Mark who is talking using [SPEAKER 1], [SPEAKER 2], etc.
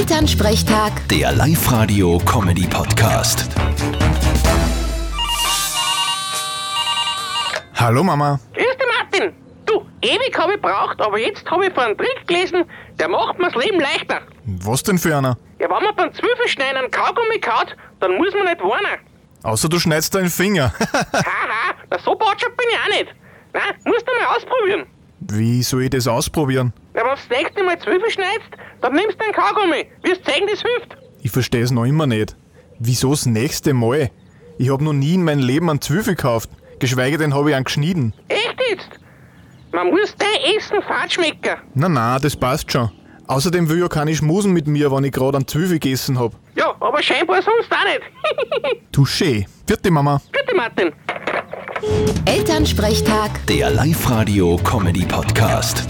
[SPEAKER 1] Elternsprechtag,
[SPEAKER 2] Der Live-Radio-Comedy-Podcast.
[SPEAKER 3] Hallo Mama.
[SPEAKER 4] Grüß dich, Martin. Du, ewig habe ich braucht, aber jetzt habe ich von einem Trick gelesen, der macht mir's Leben leichter.
[SPEAKER 3] Was denn für einer?
[SPEAKER 4] Ja, wenn man beim Zwiebelschneiden einen Kaugummi kaut, dann muss man nicht warnen.
[SPEAKER 3] Außer du schneidest deinen Finger.
[SPEAKER 4] Haha, na so batschert bin ich auch nicht. Nein, musst du mal ausprobieren.
[SPEAKER 3] Wie soll ich das ausprobieren?
[SPEAKER 4] Ja, wenn du das nächste Mal Zwiebel schneidest, dann nimmst du einen Kaugummi. Wirst zeigen, das hilft.
[SPEAKER 3] Ich verstehe es noch immer nicht. Wieso das nächste Mal? Ich habe noch nie in meinem Leben einen Zwiebel gekauft. Geschweige denn habe ich einen geschnitten.
[SPEAKER 4] Echt jetzt? Man muss dein Essen fad schmecken.
[SPEAKER 3] Na na, das passt schon. Außerdem will ja keine schmusen mit mir, wenn ich gerade einen Zwiebel gegessen habe.
[SPEAKER 4] Ja, aber scheinbar sonst auch nicht.
[SPEAKER 3] Touché. Vierte Mama.
[SPEAKER 4] Bitte, Martin.
[SPEAKER 1] Elternsprechtag.
[SPEAKER 2] Der Live-Radio-Comedy-Podcast.